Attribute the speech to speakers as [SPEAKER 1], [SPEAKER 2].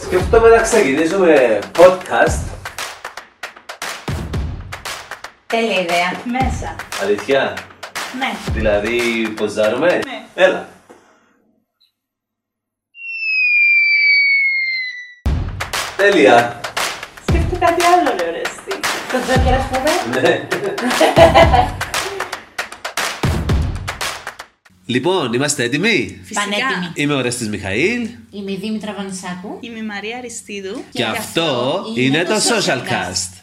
[SPEAKER 1] σκεφτόμαι να ξεκινήσουμε podcast.
[SPEAKER 2] Τέλεια ιδέα.
[SPEAKER 3] Μέσα.
[SPEAKER 1] Αλήθεια.
[SPEAKER 3] Ναι.
[SPEAKER 1] Δηλαδή, ποζάρουμε.
[SPEAKER 3] Ναι.
[SPEAKER 1] Έλα. Τέλεια.
[SPEAKER 3] Σκέφτε κάτι άλλο, ρε Ρέστη.
[SPEAKER 2] Το Τζόκερ, ας πούμε.
[SPEAKER 1] Ναι. λοιπόν, είμαστε έτοιμοι.
[SPEAKER 2] Πανέτοιμη.
[SPEAKER 1] Είμαι ο Ρέστης Μιχαήλ και,
[SPEAKER 2] Είμαι η Δήμητρα Βανισάκου.
[SPEAKER 3] Είμαι η Μαρία Αριστίδου.
[SPEAKER 2] αυτό
[SPEAKER 1] αυτό είναι το Social Cast.